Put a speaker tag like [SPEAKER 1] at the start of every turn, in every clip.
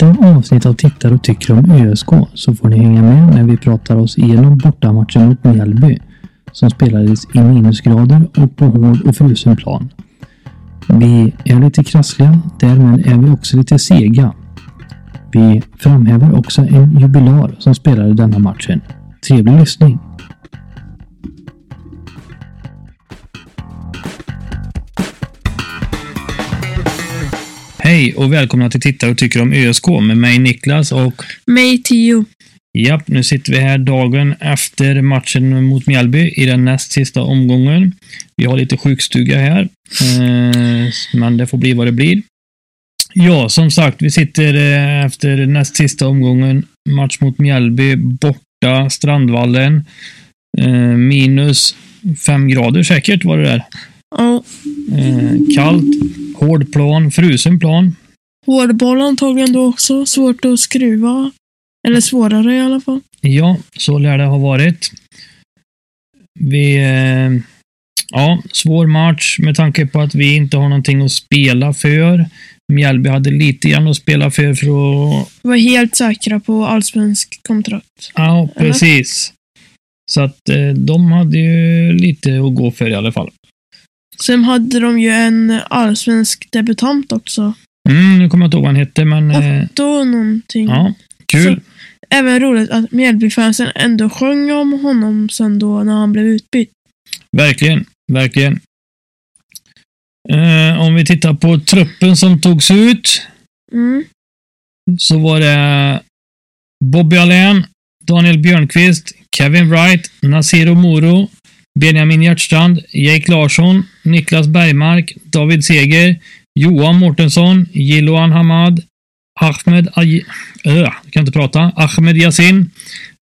[SPEAKER 1] några avsnitt av Tittar och tycker om ÖSK så får ni hänga med när vi pratar oss igenom bortamatchen mot Mjällby som spelades i minusgrader och på hård och frusen plan. Vi är lite krassliga, därmed är vi också lite sega. Vi framhäver också en jubilar som spelade denna matchen. Trevlig lyssning! Hej och välkomna till Tittar och tycker om ÖSK med mig Niklas och
[SPEAKER 2] Mig tio.
[SPEAKER 1] Japp, nu sitter vi här dagen efter matchen mot Mjällby i den näst sista omgången. Vi har lite sjukstuga här, eh, men det får bli vad det blir. Ja, som sagt, vi sitter eh, efter näst sista omgången. Match mot Mjällby, borta, Strandvallen. Eh, minus fem grader säkert var det där.
[SPEAKER 2] Ja,
[SPEAKER 1] Eh, kallt, hård plan, frusen plan.
[SPEAKER 2] hårdboll antagligen då också. Svårt att skruva. Eller svårare i alla fall.
[SPEAKER 1] Ja, så lär det ha varit. Vi... eh, Ja, svår match med tanke på att vi inte har någonting att spela för. Mjällby hade lite grann att spela för för att...
[SPEAKER 2] Var helt säkra på allsvensk kontrakt.
[SPEAKER 1] Ja, precis. Så att eh, de hade ju lite att gå för i alla fall.
[SPEAKER 2] Sen hade de ju en allsvensk debutant också.
[SPEAKER 1] Mm, nu kommer jag inte ihåg vad han hette, men... Eh,
[SPEAKER 2] Otto någonting.
[SPEAKER 1] ja, kul.
[SPEAKER 2] Även roligt att Mjällbyfansen ändå sjöng om honom sen då när han blev utbytt.
[SPEAKER 1] Verkligen, verkligen. Eh, om vi tittar på truppen som togs ut.
[SPEAKER 2] Mm.
[SPEAKER 1] så var det Bobby Allén, Daniel Björnqvist, Kevin Wright, Nasiro Moro, Benjamin Hjertstrand, Jake Larsson, Niklas Bergmark, David Seger, Johan Mårtensson, Jiloan Hamad, Ahmed Aj- Ö, kan inte prata. Ahmed Yassin,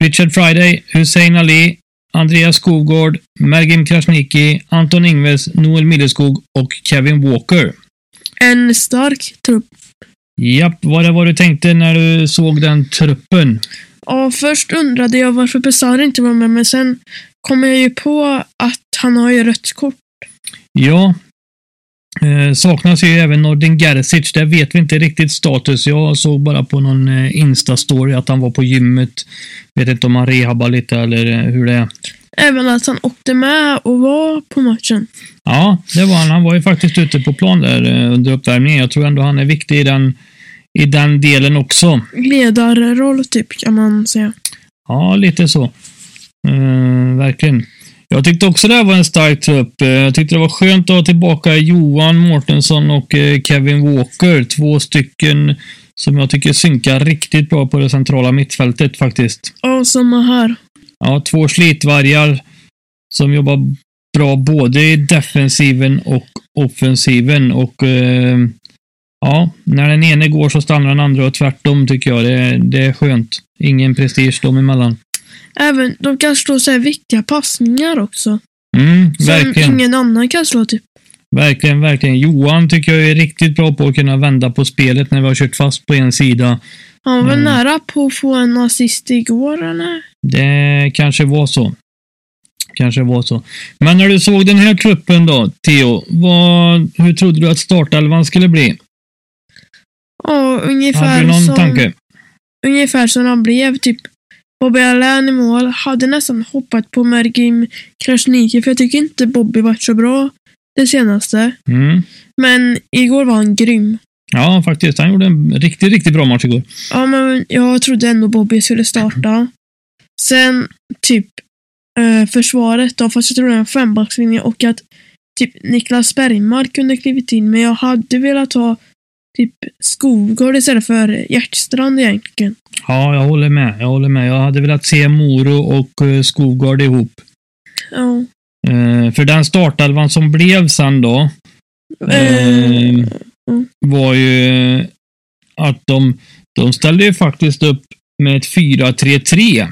[SPEAKER 1] Richard Friday, Hussein Ali, Andreas Skogård, Mergim Krasniqi, Anton Ingves, Noel Milleskog och Kevin Walker.
[SPEAKER 2] En stark trupp.
[SPEAKER 1] Japp, vad det var du tänkte när du såg den truppen?
[SPEAKER 2] Ja, först undrade jag varför Besara inte var med, men sen kom jag ju på att han har ju rött kort.
[SPEAKER 1] Ja. Eh, saknas ju även Nordin Gerzic. Där vet vi inte riktigt status. Jag såg bara på någon eh, Insta-story att han var på gymmet. Vet inte om han rehabbar lite eller eh, hur det är.
[SPEAKER 2] Även att han åkte med och var på matchen.
[SPEAKER 1] Ja, det var han. Han var ju faktiskt ute på plan där eh, under uppvärmningen. Jag tror ändå han är viktig i den, i den delen också.
[SPEAKER 2] Ledarroll typ kan man säga.
[SPEAKER 1] Ja, lite så. Eh, verkligen. Jag tyckte också det här var en stark trupp. Eh, Jag tyckte det var skönt att ha tillbaka Johan Mårtensson och eh, Kevin Walker. Två stycken som jag tycker synkar riktigt bra på det centrala mittfältet faktiskt.
[SPEAKER 2] Ja, samma här.
[SPEAKER 1] Ja, två slitvargar som jobbar bra både i defensiven och offensiven. Och eh, ja, när den ene går så stannar den andra och tvärtom tycker jag. Det, det är skönt. Ingen prestige dem emellan.
[SPEAKER 2] Även, de kan slå så här viktiga passningar också.
[SPEAKER 1] Mm,
[SPEAKER 2] Som
[SPEAKER 1] verkligen.
[SPEAKER 2] ingen annan kan slå typ.
[SPEAKER 1] Verkligen, verkligen. Johan tycker jag är riktigt bra på att kunna vända på spelet när vi har kört fast på en sida.
[SPEAKER 2] Han var väl
[SPEAKER 1] Mm.
[SPEAKER 2] nära på att få en assist igår eller?
[SPEAKER 1] Det kanske var så. Kanske var så. Men när du såg den här truppen då, Theo, vad, hur trodde du att startelvan skulle bli?
[SPEAKER 2] Ja,
[SPEAKER 1] Hade du
[SPEAKER 2] ungefär
[SPEAKER 1] någon
[SPEAKER 2] som,
[SPEAKER 1] tanke?
[SPEAKER 2] ungefär som han blev typ. Bobby Allain i mål. Hade nästan hoppat på Mergim Krasniqi för jag tycker inte Bobby varit så bra det senaste.
[SPEAKER 1] Mm.
[SPEAKER 2] Men igår var han grym.
[SPEAKER 1] Ja, faktiskt. Han gjorde en riktigt, riktigt bra match igår.
[SPEAKER 2] Ja, men jag trodde ändå Bobby skulle starta. Sen typ eh, försvaret då, fast jag trodde det var en fembackslinje och att typ Niklas Bergmark kunde klivit in, men jag hade velat ha typ Skogård istället för Hjärtstrand egentligen.
[SPEAKER 1] Ja, jag håller med. Jag håller med. Jag hade velat se Moro och eh, Skogard ihop.
[SPEAKER 2] Ja.
[SPEAKER 1] Eh, för den startelvan som blev sen då, Eh,
[SPEAKER 2] Eh,
[SPEAKER 1] var ju eh, att de, de ställde ju faktiskt upp med ett 4-3-3.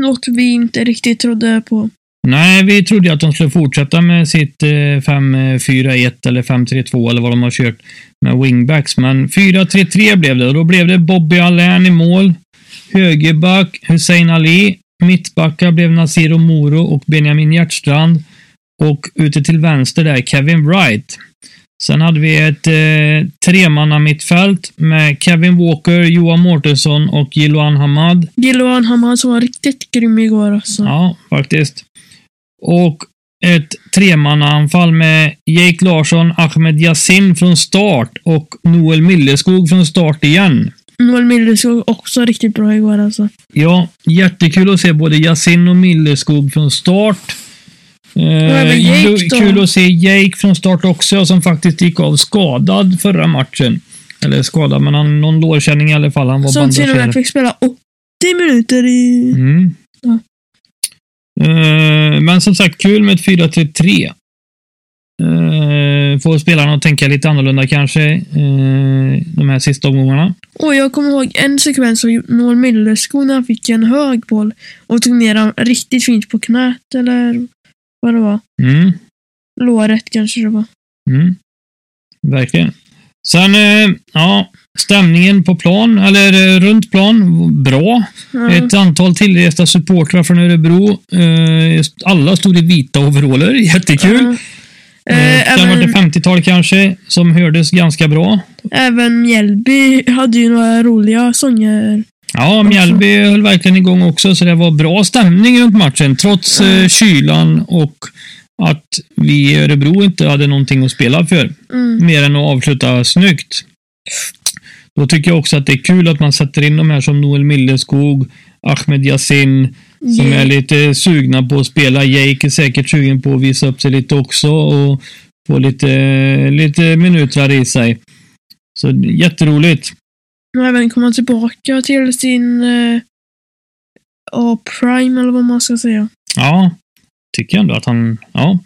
[SPEAKER 2] något vi inte riktigt trodde på.
[SPEAKER 1] Nej, vi trodde ju att de skulle fortsätta med sitt eh, 5-4-1 eller 5-3-2 eller vad de har kört med wingbacks. Men 4-3-3 blev det och då blev det Bobby Allain i mål, högerback Hussein Ali, mittbackar blev Nasiro Moro och Benjamin Hjertstrand och ute till vänster där Kevin Wright. Sen hade vi ett eh, tremannamittfält med Kevin Walker, Johan Mårtensson och Jiloan Hamad.
[SPEAKER 2] Gilloan Hamad som var riktigt grym igår alltså.
[SPEAKER 1] Ja, faktiskt. Och ett tremannaanfall med Jake Larsson, Ahmed Yassin från start och Noel Milleskog från start igen.
[SPEAKER 2] Noel Milleskog också riktigt bra igår alltså.
[SPEAKER 1] Ja, jättekul att se både Yassin och Milleskog från start. Eh,
[SPEAKER 2] även Jake
[SPEAKER 1] kul-
[SPEAKER 2] då.
[SPEAKER 1] kul att se Jake från start också, som faktiskt gick av skadad förra matchen. Eller skadad, men han, någon lårkänning i alla fall. Han var
[SPEAKER 2] Som till och
[SPEAKER 1] bandagerad.
[SPEAKER 2] med fick spela 80 minuter i...
[SPEAKER 1] Mm.
[SPEAKER 2] Ja.
[SPEAKER 1] Eh, men som sagt, kul med ett 4-3-3. Uh, får spelarna att tänka lite annorlunda kanske eh, de här sista omgångarna.
[SPEAKER 2] Och jag kommer ihåg en sekvens av Noel Milleskog när han fick en hög boll och tog ner den riktigt fint på knät eller vad det var.
[SPEAKER 1] Mm,
[SPEAKER 2] Låret kanske det var.
[SPEAKER 1] mm. Verkligen. Sen, eh, ja, stämningen på plan, eller eh, runt plan, bra.
[SPEAKER 2] Ja.
[SPEAKER 1] Ett antal tillresta supportrar från Örebro. eh, alla stod i vita overaller, jättekul.
[SPEAKER 2] Ja.
[SPEAKER 1] Eh,
[SPEAKER 2] Mm. Eh,
[SPEAKER 1] det var
[SPEAKER 2] även,
[SPEAKER 1] ett 50-tal kanske, som hördes ganska bra.
[SPEAKER 2] även Mjällby hade ju några roliga sånger.
[SPEAKER 1] Ja, Mjällby höll verkligen igång också, så det var bra stämning runt matchen, trots eh, kylan och att vi i Örebro inte hade någonting att spela för,
[SPEAKER 2] Mm.
[SPEAKER 1] mer än att avsluta snyggt. Då tycker jag också att det är kul att man sätter in de här som Noel Milleskog, Ahmed Yassin, som är
[SPEAKER 2] Jake.
[SPEAKER 1] lite sugna på att spela. Jake är säkert sugen på att visa upp sig lite också och få lite, lite minuter här i sig. Så jätteroligt.
[SPEAKER 2] Men även komma tillbaka till sin eh, ja, prime eller vad man ska säga.
[SPEAKER 1] Ja, tycker jag ändå att han... Ja.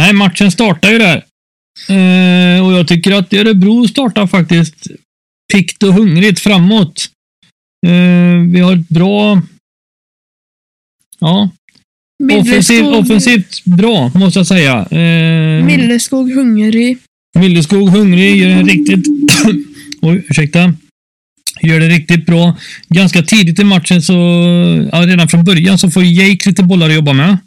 [SPEAKER 1] Nej, matchen startar ju där. Eh, och jag tycker att Örebro startar faktiskt pikt och hungrigt framåt. Eh, vi har ett bra... Ja, offensivt,
[SPEAKER 2] Milleskog-
[SPEAKER 1] offensivt bra, måste jag säga. Eh,
[SPEAKER 2] Milleskog hungrig.
[SPEAKER 1] Milleskog hungrig, gör en riktigt... Oj, ursäkta. Gör det riktigt bra. Ganska tidigt i matchen så, ja, redan från början så får Jake lite bollar att jobba med.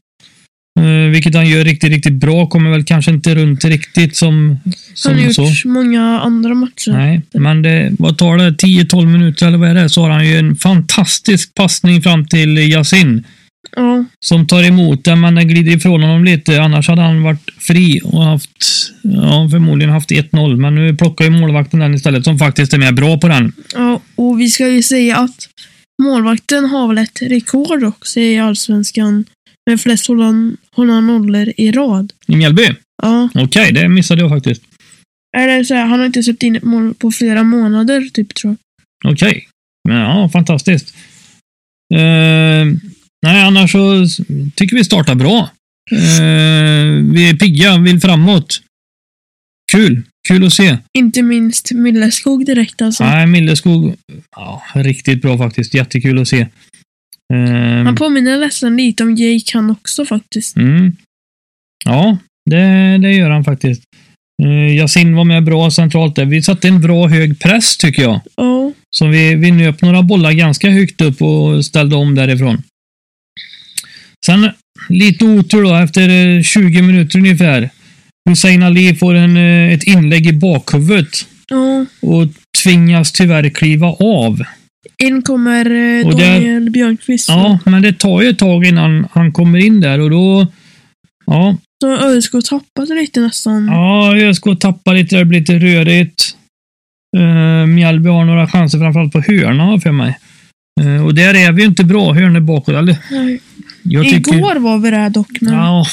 [SPEAKER 1] Eh, vilket han gör riktigt, riktigt bra. Kommer väl kanske inte runt riktigt som,
[SPEAKER 2] Han har
[SPEAKER 1] som
[SPEAKER 2] gjort
[SPEAKER 1] så.
[SPEAKER 2] många andra matcher.
[SPEAKER 1] Nej, men det, vad tar det? 10-12 minuter eller vad är det? Så har han ju en fantastisk passning fram till Yasin.
[SPEAKER 2] Ja,
[SPEAKER 1] Som tar emot den, men den glider ifrån honom lite. Annars hade han varit fri och haft, ja, förmodligen haft 1-0. Men nu plockar ju målvakten den istället, som faktiskt är mer bra på den.
[SPEAKER 2] ja, och vi ska ju säga att målvakten har väl ett rekord också i Allsvenskan med flest hålla hålla nollor i rad.
[SPEAKER 1] I Mjällby?
[SPEAKER 2] Ja,
[SPEAKER 1] Okej, det missade jag faktiskt.
[SPEAKER 2] eller så här, han har inte släppt in ett mål på flera månader typ tror jag.
[SPEAKER 1] Okej. Men Ja, fantastiskt. Eh, nej, annars så s- tycker vi startar bra. Eh, vi är pigga, vill framåt. Kul! Kul att se.
[SPEAKER 2] Inte minst Milleskog direkt alltså.
[SPEAKER 1] Nej, Milleskog. Ja, riktigt bra faktiskt. Jättekul att se. Eh,
[SPEAKER 2] Han påminner nästan lite om Jake han också faktiskt.
[SPEAKER 1] Mm. Ja, det, det gör han faktiskt. Eh, Yasin var med bra centralt där. Vi satte en bra hög press tycker jag.
[SPEAKER 2] Ja,
[SPEAKER 1] Så vi, vi nöp några bollar ganska högt upp och ställde om därifrån. Sen lite otur då, efter eh, 20 minuter ungefär. Hussein Ali får en, eh, ett inlägg i bakhuvudet
[SPEAKER 2] ja.
[SPEAKER 1] och tvingas tyvärr kliva av.
[SPEAKER 2] In kommer eh,
[SPEAKER 1] Och det-
[SPEAKER 2] Daniel Björkqvist.
[SPEAKER 1] Ja, men det tar ju ett tag innan han kommer in där och då... Ja,
[SPEAKER 2] Då har ÖSK tappat lite nästan.
[SPEAKER 1] Ja, ÖSK tappar lite, det blir lite rörigt. Uh, Mjällby har några chanser, framförallt på hörna har jag för mig. Eh, och där är vi ju inte bra, hörnor bakåt. Eller?
[SPEAKER 2] Nej.
[SPEAKER 1] Jag
[SPEAKER 2] Igår var vi där dock. Men...
[SPEAKER 1] Ja,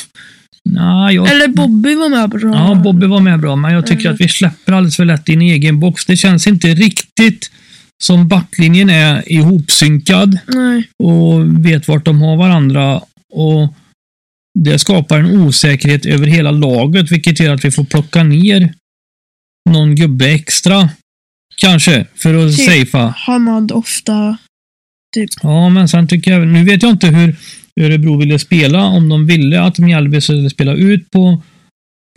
[SPEAKER 1] nej, jag,
[SPEAKER 2] Eller Bobby var med på det.
[SPEAKER 1] ja, Bobby var med bra, men jag tycker
[SPEAKER 2] Mm.
[SPEAKER 1] att vi släpper alldeles för lätt in i egen box. Det känns inte riktigt som backlinjen är ihopsynkad
[SPEAKER 2] Nej.
[SPEAKER 1] och vet vart de har varandra. Och det skapar en osäkerhet över hela laget, vilket gör att vi får plocka ner någon gubbe extra. Kanske, för att
[SPEAKER 2] Typ.
[SPEAKER 1] safea.
[SPEAKER 2] Hamad ofta. typ,
[SPEAKER 1] Ja, men sen tycker jag, nu vet jag inte hur Örebro ville spela, om de ville att Mjällby skulle spela ut på,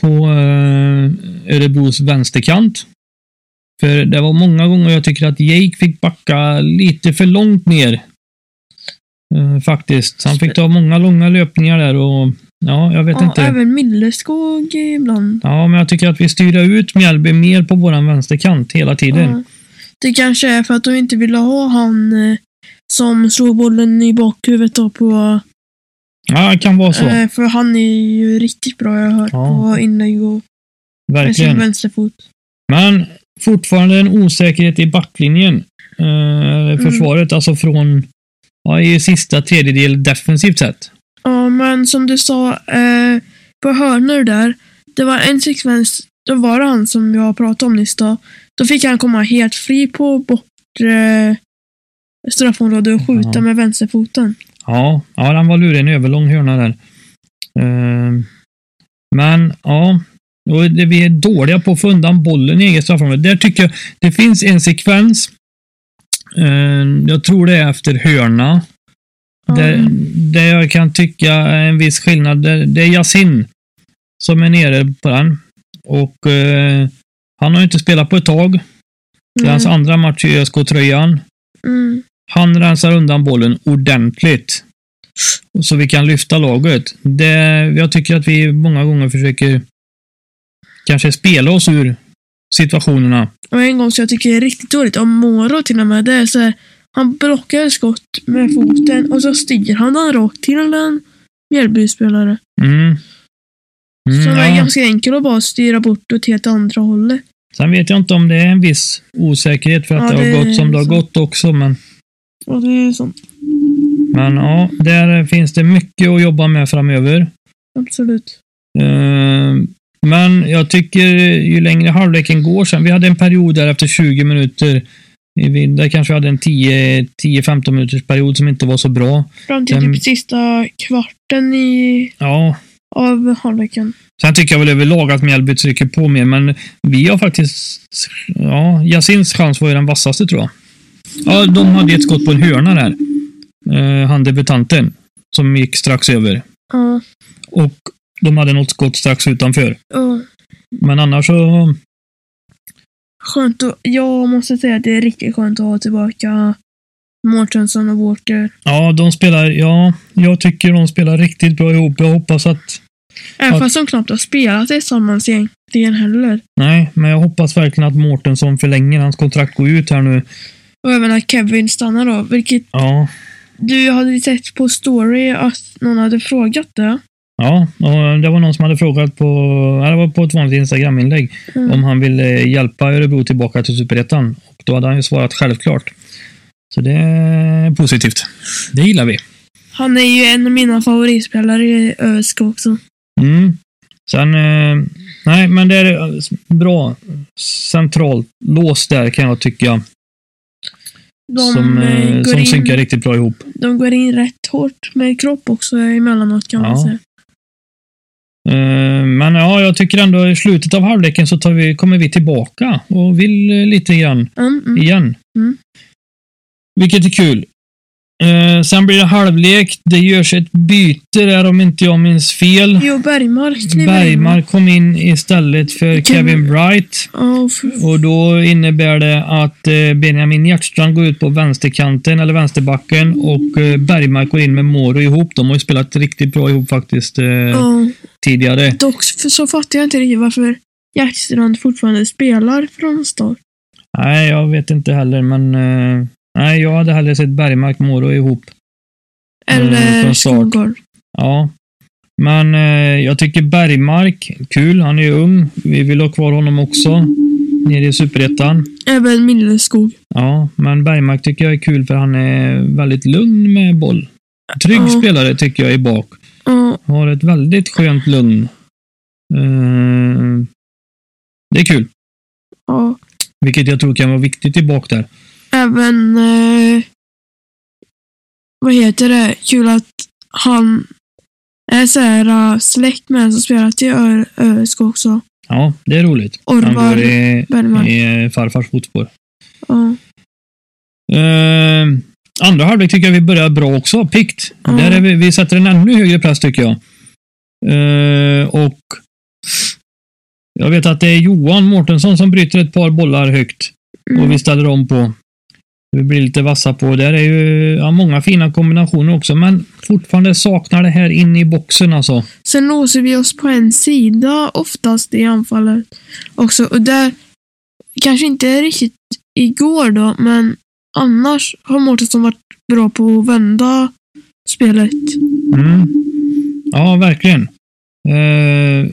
[SPEAKER 1] på eh, Örebros vänsterkant. För det var många gånger jag tycker att Jake fick backa lite för långt ner. Eh, faktiskt. Han fick ta många långa löpningar där och Ja, jag vet
[SPEAKER 2] Ja,
[SPEAKER 1] inte.
[SPEAKER 2] även Milleskog ibland.
[SPEAKER 1] Ja, men jag tycker att vi styr ut Mjällby mer på våran vänsterkant hela tiden.
[SPEAKER 2] Ja. Det kanske är för att de inte ville ha han eh, som slog bollen i bakhuvudet då på...
[SPEAKER 1] Ja, det kan vara så.
[SPEAKER 2] Eh, för han är ju riktigt bra, jag har hört
[SPEAKER 1] Ja.
[SPEAKER 2] på inlägg och med sin
[SPEAKER 1] Verkligen.
[SPEAKER 2] vänsterfot.
[SPEAKER 1] Men fortfarande en osäkerhet i backlinjen. Eh, försvaret, alltså från ja, i sista tredjedel defensivt sett.
[SPEAKER 2] Ja, men som du sa, eh, på hörnor där, det var en sekvens, då var det han som jag pratade om nyss då. Då fick han komma helt fri på bortre eh, straffområdet och skjuta
[SPEAKER 1] Ja.
[SPEAKER 2] med vänsterfoten.
[SPEAKER 1] Ja, ja han var lurig. En överlång hörna där. Eh, men ja, och det, vi är dåliga på att få undan bollen i eget straffområde. Där tycker jag det finns en sekvens. Eh, jag tror det är efter hörna.
[SPEAKER 2] Ja.
[SPEAKER 1] Det,
[SPEAKER 2] Mm.
[SPEAKER 1] det jag kan tycka är en viss skillnad, det, det är Yasin som är nere på den. Och eh, han har ju inte spelat på ett tag. Det är hans
[SPEAKER 2] Mm,
[SPEAKER 1] andra match i ÖSK-tröjan.
[SPEAKER 2] mm,
[SPEAKER 1] Han rensar undan bollen ordentligt. Så vi kan lyfta laget. Det, jag tycker att vi många gånger försöker kanske spela oss ur situationerna.
[SPEAKER 2] Och en gång som jag tycker är riktigt dåligt om Moro till och med, det är så här, han blockar ett skott med foten och så stiger han den rakt till en Mjällbyspelare.
[SPEAKER 1] Mm. Mm,
[SPEAKER 2] som är
[SPEAKER 1] ja.
[SPEAKER 2] ganska enkel att bara styra bort åt helt andra hållet.
[SPEAKER 1] Sen vet jag inte om det är en viss osäkerhet för att
[SPEAKER 2] Ja,
[SPEAKER 1] det
[SPEAKER 2] det
[SPEAKER 1] har gått som det har
[SPEAKER 2] så.
[SPEAKER 1] gått också. Men
[SPEAKER 2] Och det är ju sånt,
[SPEAKER 1] Men ja, där finns det mycket att jobba med framöver.
[SPEAKER 2] absolut.
[SPEAKER 1] Eh, Men jag tycker ju längre halvleken går sen. Vi hade en period där efter 20 minuter. i vind- Där kanske vi hade en 10 10-15 minuters period som inte var så bra.
[SPEAKER 2] Fram till
[SPEAKER 1] Den-
[SPEAKER 2] typ sista kvarten i,
[SPEAKER 1] Ja,
[SPEAKER 2] av halvleken.
[SPEAKER 1] sen tycker jag väl överlag att Mjällby trycker på mer, men vi har faktiskt... Ja, Jasins chans var ju den vassaste tror jag. Ja, de hade ett skott på en hörna där. Eh, Han debutanten som gick strax över.
[SPEAKER 2] Ja,
[SPEAKER 1] Och de hade något skott strax utanför.
[SPEAKER 2] ja.
[SPEAKER 1] Men annars så...
[SPEAKER 2] Skönt att, jag måste säga att det är riktigt skönt att ha tillbaka Mårtensson och Walker.
[SPEAKER 1] Ja, de spelar... Ja, jag tycker de spelar riktigt bra ihop. Jag hoppas att...
[SPEAKER 2] Även
[SPEAKER 1] Ja.
[SPEAKER 2] fast de knappt har spelat tillsammans egentligen heller.
[SPEAKER 1] Nej, men jag hoppas verkligen att Mårtensson förlänger. Hans kontrakt går ut här nu.
[SPEAKER 2] Och även att Kevin stannar då, vilket
[SPEAKER 1] Ja,
[SPEAKER 2] du hade sett på story att någon hade frågat det.
[SPEAKER 1] ja och det var någon som hade frågat på... ja, Det var på ett vanligt Instagram-inlägg
[SPEAKER 2] Mm.
[SPEAKER 1] om han ville hjälpa Örebro tillbaka till Superettan. Och då hade han ju svarat självklart. Så det är positivt. Det gillar vi.
[SPEAKER 2] Han är ju en av mina favoritspelare i ÖSK också.
[SPEAKER 1] Mm. Sen, eh, nej, men det är eh, bra centralt lås där kan jag tycka.
[SPEAKER 2] De,
[SPEAKER 1] som
[SPEAKER 2] eh,
[SPEAKER 1] eh,
[SPEAKER 2] går
[SPEAKER 1] som
[SPEAKER 2] in,
[SPEAKER 1] synkar riktigt bra ihop.
[SPEAKER 2] de går in rätt hårt med kropp också emellanåt kan man
[SPEAKER 1] Ja.
[SPEAKER 2] säga.
[SPEAKER 1] Eh, men ja, jag tycker ändå i slutet av halvleken så tar vi, kommer vi tillbaka och vill eh, lite grann
[SPEAKER 2] Mm, mm.
[SPEAKER 1] igen.
[SPEAKER 2] Mm.
[SPEAKER 1] Vilket är kul. Eh, sen blir det halvlek. Det görs ett byte där om inte jag minns fel.
[SPEAKER 2] Jo, Bergmark kliver in.
[SPEAKER 1] Bergmark kom in istället för
[SPEAKER 2] Kevin-
[SPEAKER 1] Kevin Bright.
[SPEAKER 2] Ja, och f-
[SPEAKER 1] Och då innebär det att eh, Benjamin Hjertstrand går ut på vänsterkanten, eller vänsterbacken, och eh, Bergmark går in med Moro ihop. De har ju spelat riktigt bra ihop faktiskt eh,
[SPEAKER 2] ja.
[SPEAKER 1] tidigare.
[SPEAKER 2] Dock för så fattar jag inte riktigt varför Hjärtstrand fortfarande spelar från start.
[SPEAKER 1] Nej, jag vet inte heller, men... Eh, nej, jag hade hellre sett Bergmark Moro ihop. Mm,
[SPEAKER 2] Eller
[SPEAKER 1] från start.
[SPEAKER 2] Skogård.
[SPEAKER 1] Ja. Men eh, jag tycker Bergmark, kul, han är ju ung. Vi vill ha kvar honom också, nere i Superettan.
[SPEAKER 2] Även Milleskog.
[SPEAKER 1] Ja, men Bergmark tycker jag är kul för han är väldigt lugn med boll. Trygg
[SPEAKER 2] Ja.
[SPEAKER 1] spelare tycker jag i bak.
[SPEAKER 2] Ja,
[SPEAKER 1] Har ett väldigt skönt lugn. Eh, det är kul,
[SPEAKER 2] ja.
[SPEAKER 1] vilket jag tror kan vara viktigt i bak där.
[SPEAKER 2] Även... Eh, vad heter det? Kul att han är så här eh, släkt med en som spelat i Ö- ÖSK också.
[SPEAKER 1] Ja, det är roligt. Han
[SPEAKER 2] Orvar
[SPEAKER 1] går i,
[SPEAKER 2] Bergmark.
[SPEAKER 1] i eh, farfars fotspår.
[SPEAKER 2] Ja. mm.
[SPEAKER 1] Eh, andra halvlek tycker jag vi börjar bra också, pikt.
[SPEAKER 2] Ja.
[SPEAKER 1] Där är vi, vi sätter en ännu högre press tycker jag. Eh, och jag vet att det är Johan Mårtensson som bryter ett par bollar högt
[SPEAKER 2] Mm.
[SPEAKER 1] och vi ställer om på. vi blir lite vassa på. Där är ju ja, många fina kombinationer också, men fortfarande saknar det här in i boxen alltså.
[SPEAKER 2] Sen låser vi oss på en sida oftast i anfallet också. Och där, kanske inte riktigt igår då, men annars har Mårtensson varit bra på att vända spelet.
[SPEAKER 1] Mm. Ja, verkligen. Eh,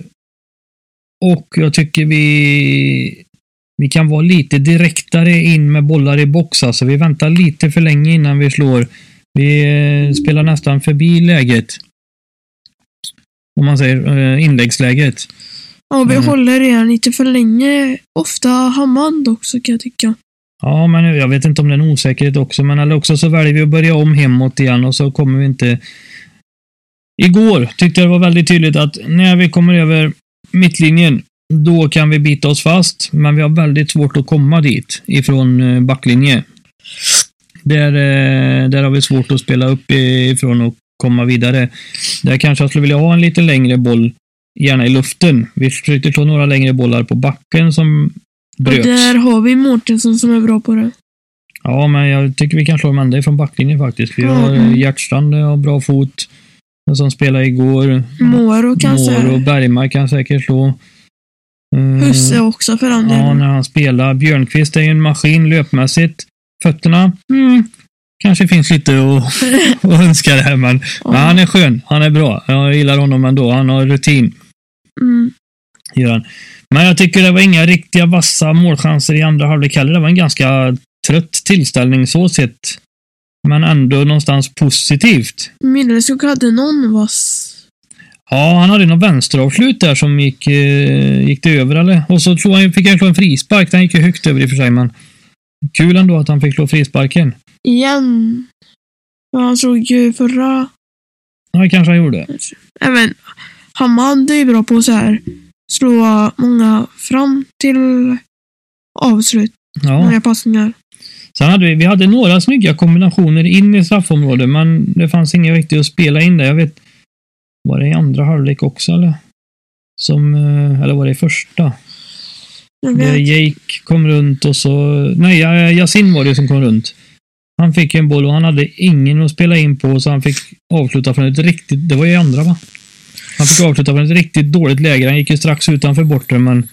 [SPEAKER 1] och jag tycker vi, vi kan vara lite direktare in med bollar i box. Alltså, vi väntar lite för länge innan vi slår. Vi eh, spelar nästan förbi läget. Om man säger eh, inläggsläget.
[SPEAKER 2] Ja, vi
[SPEAKER 1] Mm.
[SPEAKER 2] håller redan lite för länge. Ofta Hammand också kan jag tycka.
[SPEAKER 1] Ja, men jag vet inte om det är en osäkerhet också, men eller också så väljer vi att börja om hemåt igen och så kommer vi inte... Igår tyckte jag det var väldigt tydligt att när vi kommer över mittlinjen, då kan vi bita oss fast, men vi har väldigt svårt att komma dit ifrån eh, backlinje. Där, eh, där har vi svårt att spela upp ifrån och komma vidare. Där kanske jag skulle vilja ha en lite längre boll, gärna i luften. Vi försökte ta några längre bollar på backen som bröts.
[SPEAKER 2] Och där har vi Mårtensson som är bra på det.
[SPEAKER 1] Ja, men jag tycker vi kan slå dem ända ifrån backlinjen faktiskt. Vi har
[SPEAKER 2] Mm.
[SPEAKER 1] mm. Hjertstrand har bra fot. eh, Som spelade igår.
[SPEAKER 2] Moro kanske.
[SPEAKER 1] Mår och Bergmark kan säkert slå. Mm,
[SPEAKER 2] Husse också för den
[SPEAKER 1] Ja,
[SPEAKER 2] delen.
[SPEAKER 1] när han spelar. Björnqvist är ju en maskin löpmässigt. Fötterna? Mm, kanske finns lite att, att önska där, men,
[SPEAKER 2] Ja.
[SPEAKER 1] men han är skön. Han är bra. Jag gillar honom ändå. Han har rutin.
[SPEAKER 2] Mm.
[SPEAKER 1] Gör han. Men jag tycker det var inga riktiga vassa målchanser i andra halvlek heller. Det var en ganska trött tillställning så sett. Men ändå någonstans positivt.
[SPEAKER 2] Middleskog hade någon vass.
[SPEAKER 1] Ja, han hade något vänsteravslut där som gick, eh, gick det över eller? Och så slog han, fick han slå en frispark. Den gick ju högt över i och för sig, men kul ändå att han fick slå frisparken.
[SPEAKER 2] Igen. Ja, han såg ju förra...
[SPEAKER 1] Ja, det kanske han gjorde.
[SPEAKER 2] Även Hammad är ju bra på så här slå många fram till avslut.
[SPEAKER 1] Ja.
[SPEAKER 2] Många passningar.
[SPEAKER 1] Sen hade vi, vi hade några snygga kombinationer in i straffområdet, men det fanns ingen riktigt att spela in där. Jag vet, var det i andra halvlek också eller? Som, eh, eller var det i första?
[SPEAKER 2] Jag
[SPEAKER 1] Där
[SPEAKER 2] vet.
[SPEAKER 1] Jake kom runt och så... Nej, Ja- Yasin var det som kom runt. Han fick en boll och han hade ingen att spela in på så han fick avsluta från ett riktigt... Det var i andra va? Han fick avsluta från ett riktigt dåligt läge. Han gick ju strax utanför bortre men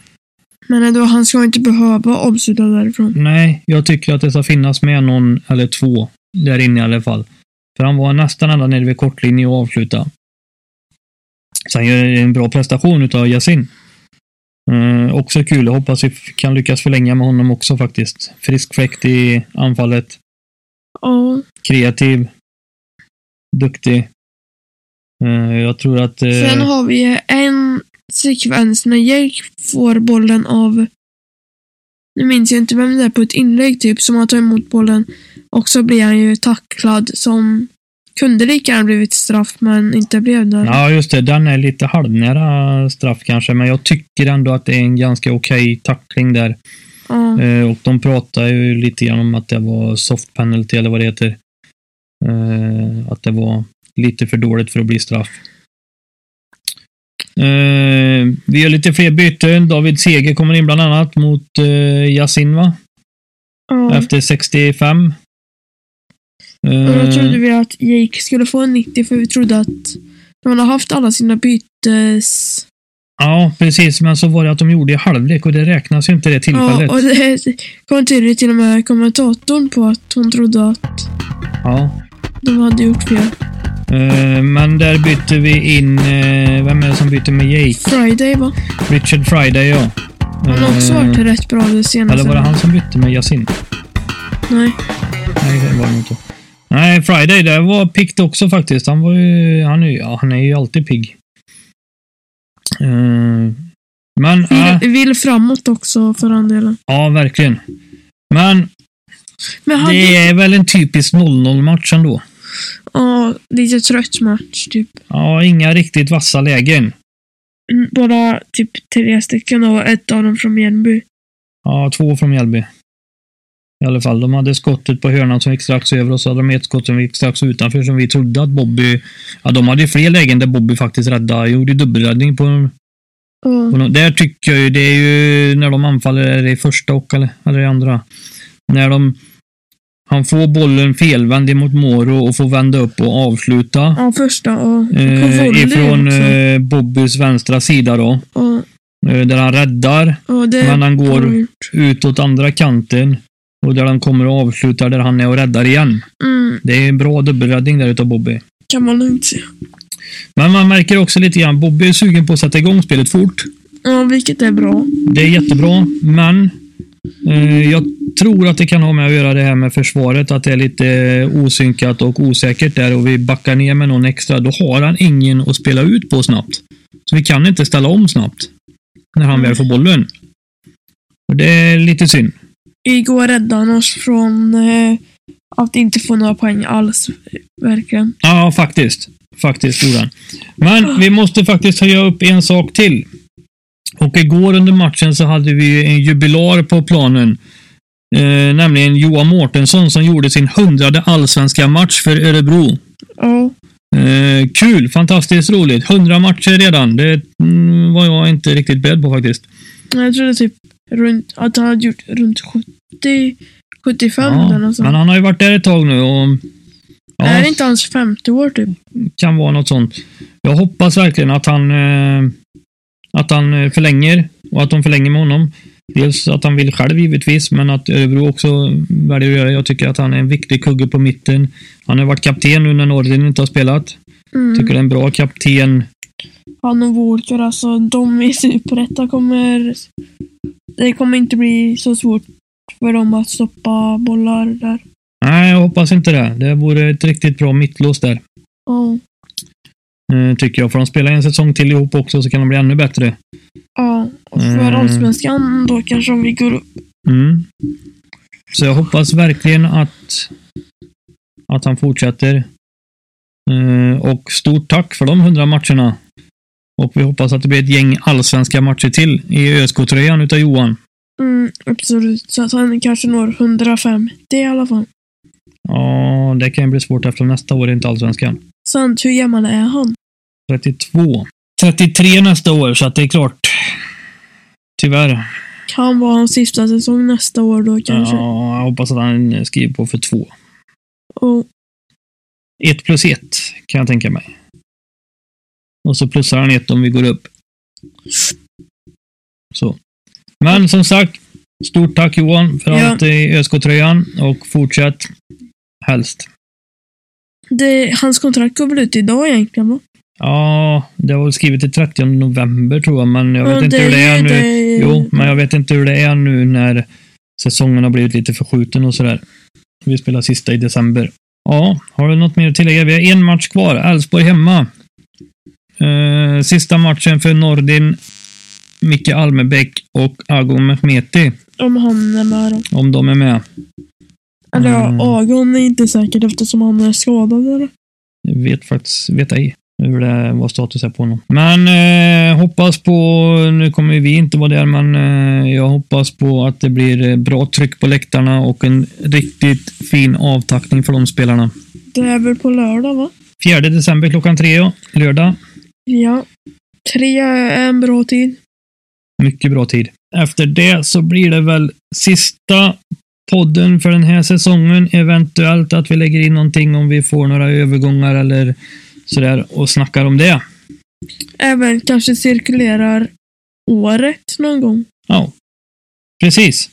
[SPEAKER 2] Men ändå, han ska inte behöva avsluta därifrån.
[SPEAKER 1] nej, jag tycker att det ska finnas med någon eller två där inne i alla fall. För han var nästan ända nere vid kortlinje och avsluta. Sen gör det en bra prestation utav Yasin. Eh, också kul. Jag hoppas vi f- kan lyckas förlänga med honom också faktiskt. Frisk fläkt i anfallet.
[SPEAKER 2] Ja,
[SPEAKER 1] kreativ, duktig. Eh, Jag tror att... eh,
[SPEAKER 2] Sen har vi en sekvens när Jake får bollen av... Nu minns jag inte vem det är, på ett inlägg typ, som han tar emot bollen. Och så blir han ju tacklad som kunde lika gärna blivit straff, men inte blev det.
[SPEAKER 1] Ja, just det. Den är lite halvnära straff kanske, men jag tycker ändå att det är en ganska okej tackling där.
[SPEAKER 2] Ja.
[SPEAKER 1] Eh, Och de pratar ju lite grann om att det var soft penalty, eller vad det heter. Eh, Att det var lite för dåligt för att bli straff. Eh, Vi gör lite fler byten. David Seger kommer in bland annat mot eh, Yasin, va?
[SPEAKER 2] ja.
[SPEAKER 1] Efter 65.
[SPEAKER 2] Och då
[SPEAKER 1] Eh,
[SPEAKER 2] trodde vi att Jake skulle få en 90, för vi trodde att de hade haft alla sina bytes...
[SPEAKER 1] Ja, precis. Men så var det att de gjorde i halvlek och det räknas ju inte det tillfället.
[SPEAKER 2] Ja, och det kommenterade till och med kommentatorn på att hon trodde att
[SPEAKER 1] Ja.
[SPEAKER 2] de hade gjort fel.
[SPEAKER 1] Eh, men där bytte vi in... eh, vem är det som byter med Jake?
[SPEAKER 2] Friday, va?
[SPEAKER 1] Richard Friday, ja.
[SPEAKER 2] Han har också
[SPEAKER 1] Eh,
[SPEAKER 2] varit rätt bra det senaste.
[SPEAKER 1] Eller var det han som bytte med Yasin?
[SPEAKER 2] Nej.
[SPEAKER 1] Nej, det var det nog inte. Nej, Friday, det var piggt också faktiskt. Han var ju... Han är ju, ja, han är ju alltid pigg. Eh, men... eh,
[SPEAKER 2] Vill, vill framåt också för den delen.
[SPEAKER 1] ja, verkligen. Men
[SPEAKER 2] Men han
[SPEAKER 1] det
[SPEAKER 2] är
[SPEAKER 1] är väl en typisk 0-0-match ändå.
[SPEAKER 2] ja, lite trött match typ.
[SPEAKER 1] Ja, inga riktigt vassa lägen.
[SPEAKER 2] Mm, Bara typ tre stycken och ett av dem från Mjällby.
[SPEAKER 1] Ja, två från Mjällby. I alla fall, de hade skottet på hörnan som gick strax över och så hade de ett skott som gick strax utanför som vi trodde att Bobby... Ja, de hade ju fler lägen där Bobby faktiskt räddade, gjorde dubbelräddning på... på
[SPEAKER 2] Ja,
[SPEAKER 1] någon, där tycker jag ju, det är ju när de anfaller, är det i första och eller, eller i andra? När de... Han får bollen felvänd mot Moro och får vända upp och avsluta.
[SPEAKER 2] Ja, första och
[SPEAKER 1] Eh,
[SPEAKER 2] Volley
[SPEAKER 1] ifrån
[SPEAKER 2] också.
[SPEAKER 1] eh, Bobbys vänstra sida då.
[SPEAKER 2] Ja,
[SPEAKER 1] Eh, där han räddar,
[SPEAKER 2] ja, det
[SPEAKER 1] men han
[SPEAKER 2] har
[SPEAKER 1] går
[SPEAKER 2] de gjort.
[SPEAKER 1] ut åt andra kanten. Och där han kommer och avslutar där han är och räddar igen.
[SPEAKER 2] Mm,
[SPEAKER 1] Det är en bra dubbelräddning där utav Bobby.
[SPEAKER 2] kan man lugnt säga.
[SPEAKER 1] Men man märker också lite grann, Bobby är sugen på att sätta igång spelet fort.
[SPEAKER 2] Ja, vilket är bra.
[SPEAKER 1] Det är jättebra, men eh, jag tror att det kan ha med att göra det här med försvaret, att det är lite eh, osynkat och osäkert där och vi backar ner med någon extra. Då har han ingen att spela ut på snabbt. Så vi kan inte ställa om snabbt när han väl får bollen. Och det är lite synd.
[SPEAKER 2] Igår räddade han oss från eh, att inte få några poäng alls. Verkligen.
[SPEAKER 1] Ja, faktiskt. Faktiskt gjorde han. Men vi måste faktiskt höja upp en sak till. Och igår under matchen så hade vi ju en jubilar på planen. Eh, nämligen Johan Mårtensson som gjorde sin hundrade allsvenska match för Örebro.
[SPEAKER 2] Ja,
[SPEAKER 1] Eh, kul, fantastiskt roligt. Hundra matcher redan. Det mm, var jag inte riktigt beredd på faktiskt.
[SPEAKER 2] men jag trodde typ runt, att han hade gjort runt 70, 75 eller något sånt.
[SPEAKER 1] men han har ju varit där ett tag nu och... Ja,
[SPEAKER 2] Är det inte hans femte år typ?
[SPEAKER 1] kan vara något sånt. Jag hoppas verkligen att han, eh, att han eh, förlänger och att de förlänger med honom. Dels att han vill själv givetvis, men att Örebro också väljer att göra det. Jag tycker att han är en viktig kugge på mitten. Han har varit kapten nu när Nordin inte har spelat.
[SPEAKER 2] Mm.
[SPEAKER 1] Tycker det är en bra kapten.
[SPEAKER 2] Han och Walker, alltså de i Superettan kommer... Det kommer inte bli så svårt för dem att stoppa bollar där.
[SPEAKER 1] Nej, jag hoppas inte det. Det vore ett riktigt bra mittlås där,
[SPEAKER 2] Ja.
[SPEAKER 1] eh, tycker jag. Får de spela en säsong till ihop också så kan de bli ännu bättre.
[SPEAKER 2] Ja. Och för
[SPEAKER 1] Mm.
[SPEAKER 2] Allsvenskan då kanske om vi går upp.
[SPEAKER 1] Mm. Så jag hoppas verkligen att, att han fortsätter. Eh, och stort tack för de hundra matcherna. Och vi hoppas att det blir ett gäng allsvenska matcher till i ÖSK-tröjan utav Johan.
[SPEAKER 2] Mm, absolut. Så att han kanske når 150 i alla fall.
[SPEAKER 1] Ja, det kan ju bli svårt eftersom nästa år är inte allsvenskan.
[SPEAKER 2] Sant, hur gammal är han?
[SPEAKER 1] 32. 33 nästa år, så att det är klart. Tyvärr.
[SPEAKER 2] Kan vara hans sista säsong nästa år då kanske.
[SPEAKER 1] Ja, jag hoppas att han skriver på för två.
[SPEAKER 2] Och,
[SPEAKER 1] Ett plus ett, kan jag tänka mig. Och så plussar han ett om vi går upp. Så. Men som sagt, stort tack Johan för
[SPEAKER 2] Ja.
[SPEAKER 1] allt i ÖSK-tröjan och fortsätt helst.
[SPEAKER 2] det, hans kontrakt går väl ut idag egentligen va?
[SPEAKER 1] Ja, det var väl skrivet till 30 november tror jag, men jag vet
[SPEAKER 2] Ja,
[SPEAKER 1] inte hur det är nu.
[SPEAKER 2] det-
[SPEAKER 1] Jo, men jag vet inte hur det är nu när säsongen har blivit lite förskjuten och sådär. Vi spelar sista i december. Ja, har du något mer att tillägga? Vi har en match kvar. Elfsborg hemma. Eh, sista matchen för Nordin, Micke Almebäck och Agon Mehmeti,
[SPEAKER 2] Om han är med då.
[SPEAKER 1] om de är med.
[SPEAKER 2] Eller
[SPEAKER 1] Mm.
[SPEAKER 2] ja, Agon är inte säkert eftersom han är skadad eller?
[SPEAKER 1] Jag vet faktiskt, vet ej hur det, vad status är på honom. Men eh, hoppas på, nu kommer ju vi inte vara där, men eh, jag hoppas på att det blir eh, bra tryck på läktarna och en riktigt fin avtackning för de spelarna.
[SPEAKER 2] Det är väl på lördag va?
[SPEAKER 1] 4 december klockan tre, ja. lördag.
[SPEAKER 2] Ja. Tre är en bra tid.
[SPEAKER 1] Mycket bra tid. Efter det så blir det väl sista podden för den här säsongen. Eventuellt att vi lägger in någonting om vi får några övergångar eller sådär och snackar om det.
[SPEAKER 2] Även kanske cirkulerar året någon gång.
[SPEAKER 1] Ja, precis.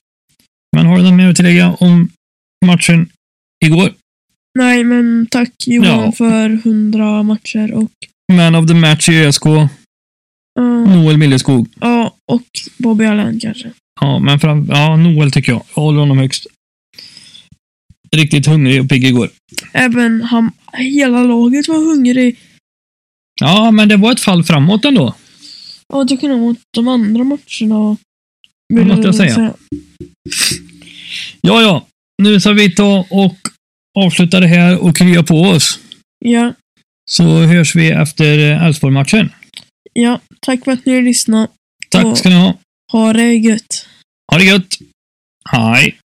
[SPEAKER 1] Men har du något mer att tillägga om matchen igår?
[SPEAKER 2] Nej, men tack Johan
[SPEAKER 1] Ja.
[SPEAKER 2] för hundra matcher och
[SPEAKER 1] Man of the match i ÖSK,
[SPEAKER 2] ja,
[SPEAKER 1] Noel Milleskog.
[SPEAKER 2] ja, och Bobby Allen kanske.
[SPEAKER 1] Ja, men fram, ja, Noel tycker jag. Jag håller honom högst. Riktigt hungrig och pigg igår.
[SPEAKER 2] Även han, hela laget var hungrig.
[SPEAKER 1] Ja, men det var ett fall framåt ändå.
[SPEAKER 2] Ja, det kunde mot de andra matcherna.
[SPEAKER 1] Det måste jag säga. Ja, ja. Nu ska vi ta och avsluta det här och krya på oss.
[SPEAKER 2] Ja,
[SPEAKER 1] Så hörs vi efter eh, Elfsborg-matchen.
[SPEAKER 2] ja. Tack för att ni lyssnade.
[SPEAKER 1] Tack ska ni ha.
[SPEAKER 2] Ha det gött.
[SPEAKER 1] Ha det gött! Hej!